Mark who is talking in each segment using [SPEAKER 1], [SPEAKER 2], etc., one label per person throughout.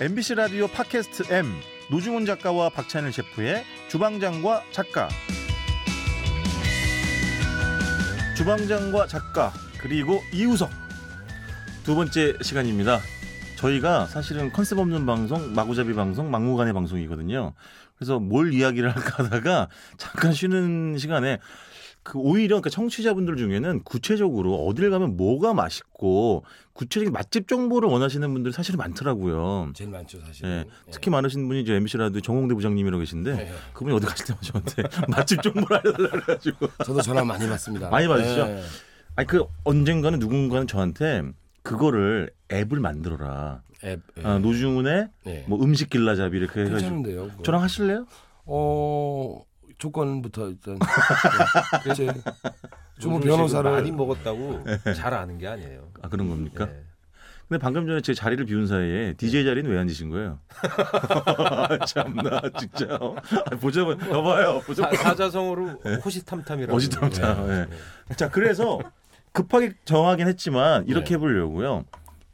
[SPEAKER 1] MBC 라디오 팟캐스트 M 노중훈 작가와 박찬일 셰프의 주방장과 작가 주방장과 작가 그리고 이우석 두 번째 시간입니다. 저희가 사실은 컨셉 없는 방송, 마구잡이 방송, 막무가내 방송이거든요. 그래서 뭘 이야기를 할까 하다가 잠깐 쉬는 시간에 그 오히려 그러니까 청취자분들 중에는 구체적으로 어딜 가면 뭐가 맛있고 구체적인 맛집 정보를 원하시는 분들 사실 많더라고요.
[SPEAKER 2] 제일 많죠 사실.
[SPEAKER 1] 예, 특히 많으신 분이 이제 MBC 라디오 정홍대 부장님이라고 계신데
[SPEAKER 2] 예.
[SPEAKER 1] 그분이 어디 가실 때마다 저한테 맛집 정보를 알려달라 그래가지고
[SPEAKER 2] 저도 전화 많이 받습니다.
[SPEAKER 1] 많이 받으시죠?
[SPEAKER 2] 예.
[SPEAKER 1] 아니 그 언젠가는 누군가는 저한테 그거를 앱을 만들어라.
[SPEAKER 2] 앱. 예.
[SPEAKER 1] 아, 노중훈의
[SPEAKER 2] 예.
[SPEAKER 1] 뭐 음식 길라잡이 이렇게 해가지고
[SPEAKER 2] 괜찮은데요. 그거.
[SPEAKER 1] 저랑 하실래요?
[SPEAKER 2] 어 조건부터 일단. 네. 그치. 주무
[SPEAKER 3] 요즘
[SPEAKER 2] 변호사를
[SPEAKER 3] 지금 많이 먹었다고
[SPEAKER 1] 네.
[SPEAKER 3] 잘 아는 게 아니에요.
[SPEAKER 1] 아 그런 겁니까?
[SPEAKER 2] 네.
[SPEAKER 3] 예.
[SPEAKER 1] 근데 방금 전에 제 자리를 비운 사이에 DJ 자리는 왜 앉으신 거예요? 아, 참나 진짜 어? 아, 보자마 여봐요 보자
[SPEAKER 3] 사, 사자성어로
[SPEAKER 1] 네.
[SPEAKER 3] 호시탐탐이라고.
[SPEAKER 1] 어지럽다. 예. 자 그래서 급하게 정하긴 했지만 이렇게
[SPEAKER 2] 네.
[SPEAKER 1] 해보려고요.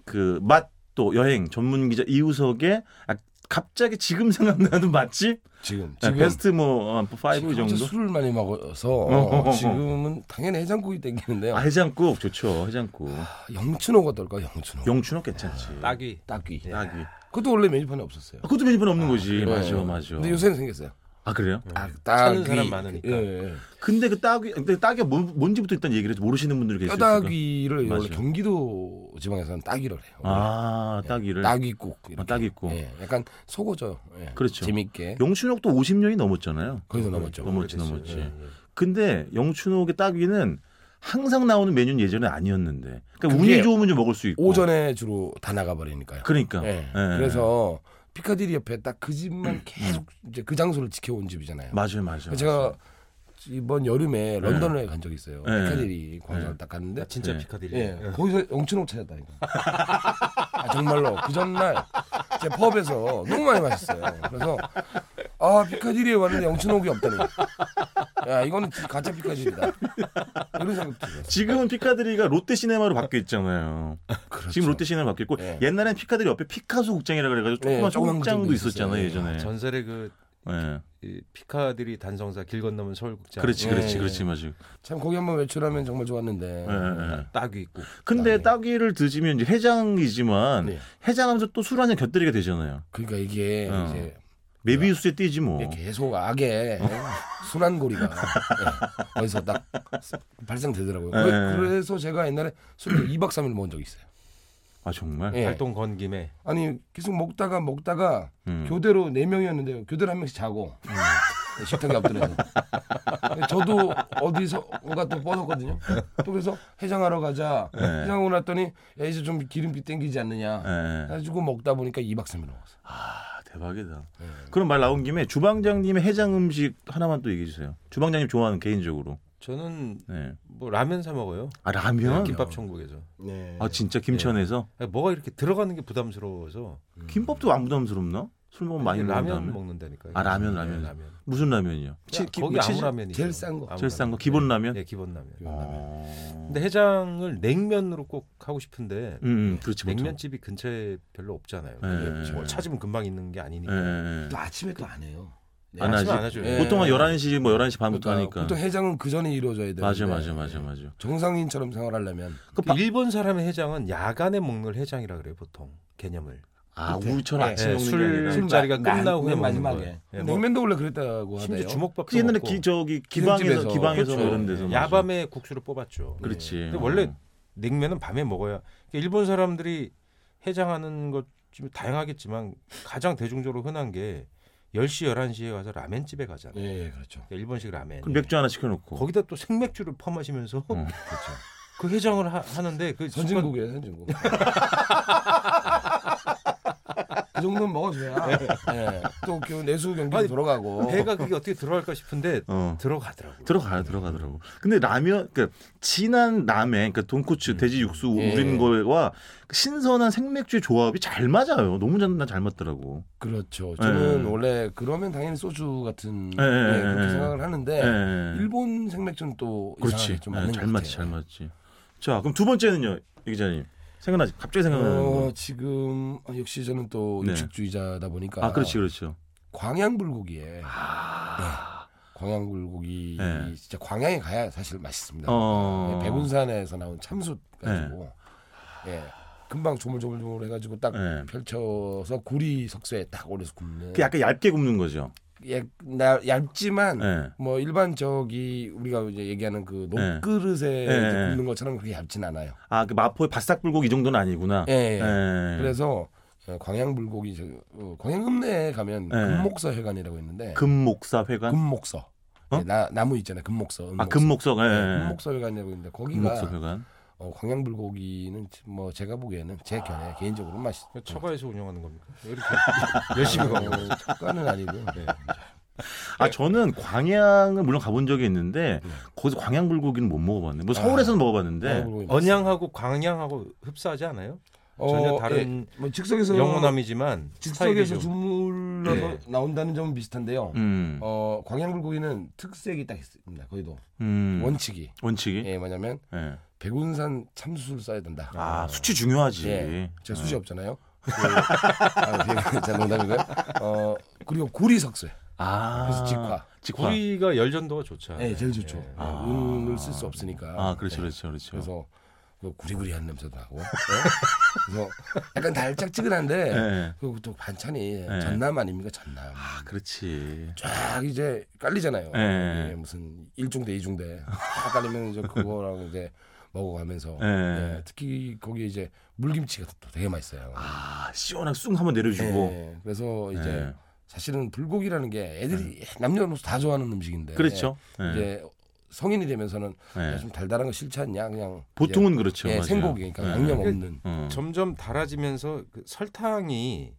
[SPEAKER 1] 그 맛 또 여행 전문 기자 이우석의 아, 갑자기 지금 생각나는 맛집
[SPEAKER 2] 지금
[SPEAKER 1] 네,
[SPEAKER 2] 지금
[SPEAKER 1] 베스트 뭐 어, 파이브
[SPEAKER 2] 지금
[SPEAKER 1] 정도.
[SPEAKER 2] 혼자 술을 많이 먹어서
[SPEAKER 1] 어허허허.
[SPEAKER 2] 지금은 당연히 해장국이 땡기는데요. 아,
[SPEAKER 1] 아, 해장국 좋죠 해장국.
[SPEAKER 2] 영춘호가 어떨까 영춘호.
[SPEAKER 1] 영춘호 괜찮지.
[SPEAKER 3] 딱이.
[SPEAKER 2] 아, 딱귀.
[SPEAKER 1] 딱이.
[SPEAKER 2] 그것도 원래 메뉴판에 없었어요.
[SPEAKER 1] 아, 그것도 메뉴판 없는 거지.
[SPEAKER 2] 예.
[SPEAKER 1] 맞아 맞아.
[SPEAKER 2] 근데 요새는 생겼어요.
[SPEAKER 1] 아 그래요?
[SPEAKER 2] 아,
[SPEAKER 3] 찾는 사람 많으니까.
[SPEAKER 2] 예, 예.
[SPEAKER 1] 근데 그 따귀 근데 따귀가 뭐, 뭔지부터 일단 얘기를 해서 모르시는 분들이
[SPEAKER 2] 아,
[SPEAKER 1] 계실 거예요.
[SPEAKER 2] 뼈다귀를
[SPEAKER 1] 맞아요.
[SPEAKER 2] 원래 경기도 지방에서는 따귀를 해요.
[SPEAKER 1] 아
[SPEAKER 2] 네.
[SPEAKER 1] 따귀를.
[SPEAKER 2] 따귀국. 이렇게.
[SPEAKER 1] 아, 따귀 있고.
[SPEAKER 2] 예, 약간 속어져요. 예.
[SPEAKER 1] 그렇죠.
[SPEAKER 2] 재밌게.
[SPEAKER 1] 영춘옥도 50년이 넘었잖아요.
[SPEAKER 2] 거기서 넘었죠.
[SPEAKER 1] 넘었지 넘었지.
[SPEAKER 3] 오래됐어요. 예, 예.
[SPEAKER 1] 근데 영춘옥의 따귀는 항상 나오는 메뉴는 예전에 아니었는데. 그러니까
[SPEAKER 2] 그게
[SPEAKER 1] 운이 좋으면 좀 먹을 수 있고.
[SPEAKER 2] 오전에 주로 다 나가 버리니까요.
[SPEAKER 1] 그러니까.
[SPEAKER 2] 예.
[SPEAKER 1] 예.
[SPEAKER 2] 그래서 피카디리 옆에 딱 그 집만 계속 이제 그 장소를 지켜온 집이잖아요.
[SPEAKER 1] 맞아요 맞아요.
[SPEAKER 2] 그래서 제가 이번 여름에 런던에 간 적이 있어요.
[SPEAKER 1] 예.
[SPEAKER 2] 피카디리 광장을 딱 갔는데
[SPEAKER 3] 나 진짜
[SPEAKER 1] 예.
[SPEAKER 3] 피카딜리.
[SPEAKER 2] 예. 거기서 영춘옥 찾았다니까. 아, 정말로 그 전날 제 펍에서 너무 많이 마셨어요. 그래서 아 피카디리에 왔는데 영춘옥이 없다니. 야 이거는 진짜 가짜 피카디리다. 이런 생각 들어요.
[SPEAKER 1] 지금은 피카드리가 롯데 시네마로 바뀌어 있잖아요.
[SPEAKER 2] 그렇죠.
[SPEAKER 1] 지금 롯데 시네마 바뀌었고
[SPEAKER 2] 예.
[SPEAKER 1] 옛날엔 피카드리 옆에 피카소 국장이라 그래가지고
[SPEAKER 2] 예,
[SPEAKER 1] 조그만
[SPEAKER 2] 조그만
[SPEAKER 1] 소극장도
[SPEAKER 2] 국장도
[SPEAKER 1] 있었잖아요
[SPEAKER 2] 있었어요.
[SPEAKER 1] 예전에.
[SPEAKER 3] 전설의 그
[SPEAKER 1] 예.
[SPEAKER 3] 이 피카들이 단성사 길 건너면 서울국장. 네.
[SPEAKER 1] 그렇지
[SPEAKER 2] 예,
[SPEAKER 1] 그렇지
[SPEAKER 2] 예.
[SPEAKER 1] 그렇지 맞아요.
[SPEAKER 2] 참 거기 한번 외출하면 정말 좋았는데.
[SPEAKER 1] 예, 예, 예.
[SPEAKER 3] 딱이 있고.
[SPEAKER 1] 근데 따귀를 드시면 이제 해장이지만
[SPEAKER 2] 네.
[SPEAKER 1] 해장하면서 또 술 한잔 곁들이게 되잖아요.
[SPEAKER 2] 그러니까 이게
[SPEAKER 1] 어.
[SPEAKER 2] 이제
[SPEAKER 1] 메비우스에 띄지 뭐.
[SPEAKER 2] 아,
[SPEAKER 1] 어?
[SPEAKER 2] 이게 계속 악의 순환고리가 예, 어디서 딱 발생되더라고요.
[SPEAKER 1] 예, 예.
[SPEAKER 2] 그래, 서 제가 옛날에 술을 2박 3일 먹은 적이 있어요.
[SPEAKER 1] 아 정말.
[SPEAKER 2] 예.
[SPEAKER 3] 활동 건 김에
[SPEAKER 2] 아니 계속 먹다가 먹다가
[SPEAKER 1] 음.
[SPEAKER 2] 교대로 네 명이었는데 교대로 한 명씩 자고 식탁에 엎드려서 저도 어디서가 또 뻗었거든요. 또 그래서 해장하러 가자.
[SPEAKER 1] 네.
[SPEAKER 2] 해장하고 났더니 야, 이제 좀 기름기 땡기지
[SPEAKER 1] 예,
[SPEAKER 2] 않느냐.
[SPEAKER 1] 예.
[SPEAKER 2] 해가지고 먹다 보니까 2박 3일 먹었어요. 네.
[SPEAKER 1] 아 대박이다. 그럼 말 나온 김에 주방장님의 해장 음식 하나만 또 얘기해 주세요. 주방장님 좋아하는 개인적으로.
[SPEAKER 3] 저는
[SPEAKER 1] 네.
[SPEAKER 3] 뭐 라면 사 먹어요. 네,
[SPEAKER 1] 아 라면.
[SPEAKER 3] 김밥 천국에서.
[SPEAKER 2] 네.
[SPEAKER 1] 아 진짜 김천에서
[SPEAKER 3] 아니, 뭐가 이렇게 들어가는 게 부담스러워서
[SPEAKER 1] 김밥도 안 부담스럽나? 술 먹으면 많이
[SPEAKER 3] 이게
[SPEAKER 1] 먹는
[SPEAKER 3] 라면
[SPEAKER 1] 다음에.
[SPEAKER 3] 먹는다니까요.
[SPEAKER 1] 아, 라면, 라면.
[SPEAKER 3] 예, 라면.
[SPEAKER 1] 무슨 라면이요? 치-
[SPEAKER 3] 그냥
[SPEAKER 1] 기-
[SPEAKER 3] 거기
[SPEAKER 1] 뭐 치즈-
[SPEAKER 3] 아무 라면이
[SPEAKER 2] 제일 싼 거.
[SPEAKER 1] 제일 싼 거? 기본 라면?
[SPEAKER 3] 예, 기본 라면.
[SPEAKER 1] 어.
[SPEAKER 3] 근데 해장을 냉면으로 꼭 하고 싶은데
[SPEAKER 1] 음, 음, 그렇지 보통.
[SPEAKER 3] 냉면집이 근처에 별로 없잖아요.
[SPEAKER 1] 예,
[SPEAKER 3] 뭘
[SPEAKER 1] 예.
[SPEAKER 3] 찾으면 금방 있는 게 아니니까.
[SPEAKER 1] 예, 예.
[SPEAKER 2] 또 아침에 또 안 해요.
[SPEAKER 1] 안 하지?
[SPEAKER 3] 아침에 안 하죠.
[SPEAKER 2] 예.
[SPEAKER 1] 보통 한 11시 뭐 11시 반부터 하니까.
[SPEAKER 2] 보통 해장은 그 전에 이루어져야 되는데. 네.
[SPEAKER 1] 맞아 맞아 맞아 맞아.
[SPEAKER 2] 정상인처럼 생활하려면
[SPEAKER 1] 그
[SPEAKER 3] 그 일본 사람의 해장은 야간에 먹는 해장이라 그래요 보통 개념을
[SPEAKER 1] 아, 우리처럼
[SPEAKER 2] 네.
[SPEAKER 1] 아침에
[SPEAKER 3] 네,
[SPEAKER 1] 먹는
[SPEAKER 3] 술-
[SPEAKER 1] 게 아니라
[SPEAKER 3] 술- 술자리가
[SPEAKER 2] 마-
[SPEAKER 3] 끝나고
[SPEAKER 2] 맨
[SPEAKER 3] 해 먹는
[SPEAKER 2] 마지막에.
[SPEAKER 3] 거예요. 예, 뭐-
[SPEAKER 2] 냉면도 원래 그랬다고 하대요.
[SPEAKER 3] 심지어 주먹밥도
[SPEAKER 1] 그 옛날에
[SPEAKER 3] 먹고 네,
[SPEAKER 1] 기, 저기 기방에서
[SPEAKER 2] 기름집에서.
[SPEAKER 1] 기방에서 뭐
[SPEAKER 2] 그렇죠.
[SPEAKER 1] 이런 데서 먹었어요.
[SPEAKER 3] 야밤에 국수를 뽑았죠. 네.
[SPEAKER 1] 그렇지.
[SPEAKER 3] 근데
[SPEAKER 1] 어.
[SPEAKER 3] 원래 냉면은 밤에 먹어야. 그러니까 일본 사람들이 해장하는 것 좀 다양하겠지만 가장 대중적으로 흔한 게 10시 11시에 가서 라멘집에 가잖아요.
[SPEAKER 2] 예, 그렇죠.
[SPEAKER 3] 그러니까 일본식 라멘.
[SPEAKER 1] 네. 그럼 맥주 하나 시켜 놓고.
[SPEAKER 3] 거기다 또 생맥주를 퍼마시면서
[SPEAKER 1] 어.
[SPEAKER 3] 그 해장을 하, 는데그 순간
[SPEAKER 2] 선진국이에요, 선진국. 그 정도는 먹어줘야 예. 또그 내수 경기 도
[SPEAKER 3] 아니,
[SPEAKER 2] 돌아가고
[SPEAKER 3] 배가 그게 어떻게 들어갈까 싶은데
[SPEAKER 1] 어.
[SPEAKER 3] 들어가더라고요.
[SPEAKER 1] 들어가요, 들어가더라고. 근데 라면, 그러니까 진한 라멘, 그러니까 돈코츠, 돼지 육수
[SPEAKER 2] 예.
[SPEAKER 1] 우린 거와 신선한 생맥주의 조합이 잘 맞아요. 너무 잘, 난잘 맞더라고.
[SPEAKER 2] 그렇죠.
[SPEAKER 1] 예.
[SPEAKER 2] 저는 원래 그러면 당연히 소주 같은
[SPEAKER 1] 예,
[SPEAKER 2] 예,
[SPEAKER 1] 예,
[SPEAKER 2] 그렇게
[SPEAKER 1] 예.
[SPEAKER 2] 생각을 하는데
[SPEAKER 1] 예.
[SPEAKER 2] 네. 일본 생맥주는 또
[SPEAKER 1] 그렇지.
[SPEAKER 2] 이상하게 좀
[SPEAKER 1] 예,
[SPEAKER 2] 맞는
[SPEAKER 1] 잘
[SPEAKER 2] 것
[SPEAKER 1] 맞지,
[SPEAKER 2] 같아요.
[SPEAKER 1] 잘 맞지. 자, 그럼 두 번째는요, 이 기자님. 생각나지? 갑자기 생각나는
[SPEAKER 2] 어,
[SPEAKER 1] 거.
[SPEAKER 2] 지금 아, 역시 저는 또
[SPEAKER 1] 네.
[SPEAKER 2] 육식주의자다 보니까
[SPEAKER 1] 아, 그렇지, 아. 그렇죠.
[SPEAKER 2] 광양불고기에 네, 광양불고기
[SPEAKER 1] 네.
[SPEAKER 2] 진짜 광양에 가야 사실 맛있습니다.
[SPEAKER 1] 어.
[SPEAKER 2] 예, 배군산에서 나온 참숯 가지고 예 금방 조물조물조물 해가지고 딱
[SPEAKER 1] 네.
[SPEAKER 2] 펼쳐서 구리 석쇠에 딱 올려서 굽는
[SPEAKER 1] 그 약간 얇게 굽는 거죠.
[SPEAKER 2] 예, 나, 얇지만
[SPEAKER 1] 예.
[SPEAKER 2] 뭐 일반 저기 우리가 이제 얘기하는 그
[SPEAKER 1] 네.
[SPEAKER 2] 녹그릇에
[SPEAKER 1] 네,
[SPEAKER 2] 이제
[SPEAKER 1] 네.
[SPEAKER 2] 굽는 것처럼 그렇게 얇진 않아요.
[SPEAKER 1] 아, 그 마포의 바싹 불고기 이 정도는 아니구나.
[SPEAKER 2] 예, 예.
[SPEAKER 1] 예.
[SPEAKER 2] 그래서 어, 광양불고기 저, 어, 광양읍내에 가면
[SPEAKER 1] 네.
[SPEAKER 2] 금목서 회관이라고 있는데
[SPEAKER 1] 금목사 회관.
[SPEAKER 2] 금목서
[SPEAKER 1] 어?
[SPEAKER 2] 예, 나, 나무 있잖아요 금목서
[SPEAKER 1] 아, 금목석. 예.
[SPEAKER 2] 예,
[SPEAKER 1] 예.
[SPEAKER 2] 금목서 회관이라고 있는데 거기가
[SPEAKER 1] 금목석 회관.
[SPEAKER 2] 어, 광양불고기는 뭐 제가 보기에는 제
[SPEAKER 1] 아.
[SPEAKER 2] 견해 개인적으로 맛있.
[SPEAKER 3] 그
[SPEAKER 2] 네.
[SPEAKER 3] 처가에서 운영하는 겁니까? 왜 이렇게 열심히 가고
[SPEAKER 2] 어, 첫가는 아니고
[SPEAKER 3] 네.
[SPEAKER 1] 아, 저는 광양을 물론 가본 적이 있는데
[SPEAKER 2] 네.
[SPEAKER 1] 거기서 광양 불고기는 못 먹어봤는데 뭐 서울에서는 먹어봤는데
[SPEAKER 2] 광양불고기 맛있어요.
[SPEAKER 3] 언양하고 광양하고 흡사하지 않아요?
[SPEAKER 2] 어,
[SPEAKER 3] 전혀
[SPEAKER 2] 예,
[SPEAKER 3] 다른
[SPEAKER 2] 뭐 즉석에서
[SPEAKER 3] 영혼함이지만
[SPEAKER 2] 즉석에서
[SPEAKER 3] 스타일이 좀-
[SPEAKER 2] 주물러서
[SPEAKER 3] 예.
[SPEAKER 2] 나온다는 점은 비슷한데요.
[SPEAKER 1] 음.
[SPEAKER 2] 어 광양불고기는 특색이 딱 있습니다. 거기도
[SPEAKER 1] 음.
[SPEAKER 2] 원칙이
[SPEAKER 1] 원칙이. 예.
[SPEAKER 2] 예 뭐냐면 백운산 참수를 써야 된다.
[SPEAKER 1] 아, 수치 중요하지.
[SPEAKER 2] 예. 제가 수시
[SPEAKER 1] 어.
[SPEAKER 2] 없잖아요. 그, 아, 예, 자, 농담이고요. 어 그리고 구리 석쇠.
[SPEAKER 1] 아.
[SPEAKER 2] 그래서 직화.
[SPEAKER 1] 직화.
[SPEAKER 3] 구리가 열전도가 좋잖아요.
[SPEAKER 2] 예, 제일 좋죠.
[SPEAKER 3] 예.
[SPEAKER 1] 아.
[SPEAKER 2] 은을 쓸 수 없으니까.
[SPEAKER 1] 아, 그렇죠,
[SPEAKER 2] 예.
[SPEAKER 1] 그렇죠, 그렇죠.
[SPEAKER 2] 그래서 그 구리구리한 냄새도 나고. 예? 그래서 약간 달짝지근한데
[SPEAKER 1] 예.
[SPEAKER 2] 그리고 또 반찬이
[SPEAKER 1] 예.
[SPEAKER 2] 전남 아닙니까 전남.
[SPEAKER 1] 아, 그렇지.
[SPEAKER 2] 쫙 이제 깔리잖아요.
[SPEAKER 1] 예.
[SPEAKER 2] 이게 무슨 일중대 이중대 다 깔리면 이제 그거랑 이제 먹어가면서
[SPEAKER 1] 예.
[SPEAKER 2] 예, 특히 거기 이제 물김치가 또 되게 맛있어요.
[SPEAKER 1] 아, 시원하게 쑥 한번 내려주고.
[SPEAKER 2] 예, 그래서 이제
[SPEAKER 1] 예.
[SPEAKER 2] 사실은 불고기라는 게 애들이 남녀노소 다 좋아하는 음식인데
[SPEAKER 1] 그렇죠. 예.
[SPEAKER 2] 이제 성인이 되면서는
[SPEAKER 1] 예.
[SPEAKER 2] 야, 좀 달달한 거 싫지 않냐 그냥
[SPEAKER 1] 보통은
[SPEAKER 2] 이제,
[SPEAKER 1] 그렇죠.
[SPEAKER 2] 예,
[SPEAKER 1] 맞아요.
[SPEAKER 2] 생고기 그러니까
[SPEAKER 1] 예.
[SPEAKER 2] 양념 없는
[SPEAKER 1] 어.
[SPEAKER 3] 점점 달아지면서 그 설탕이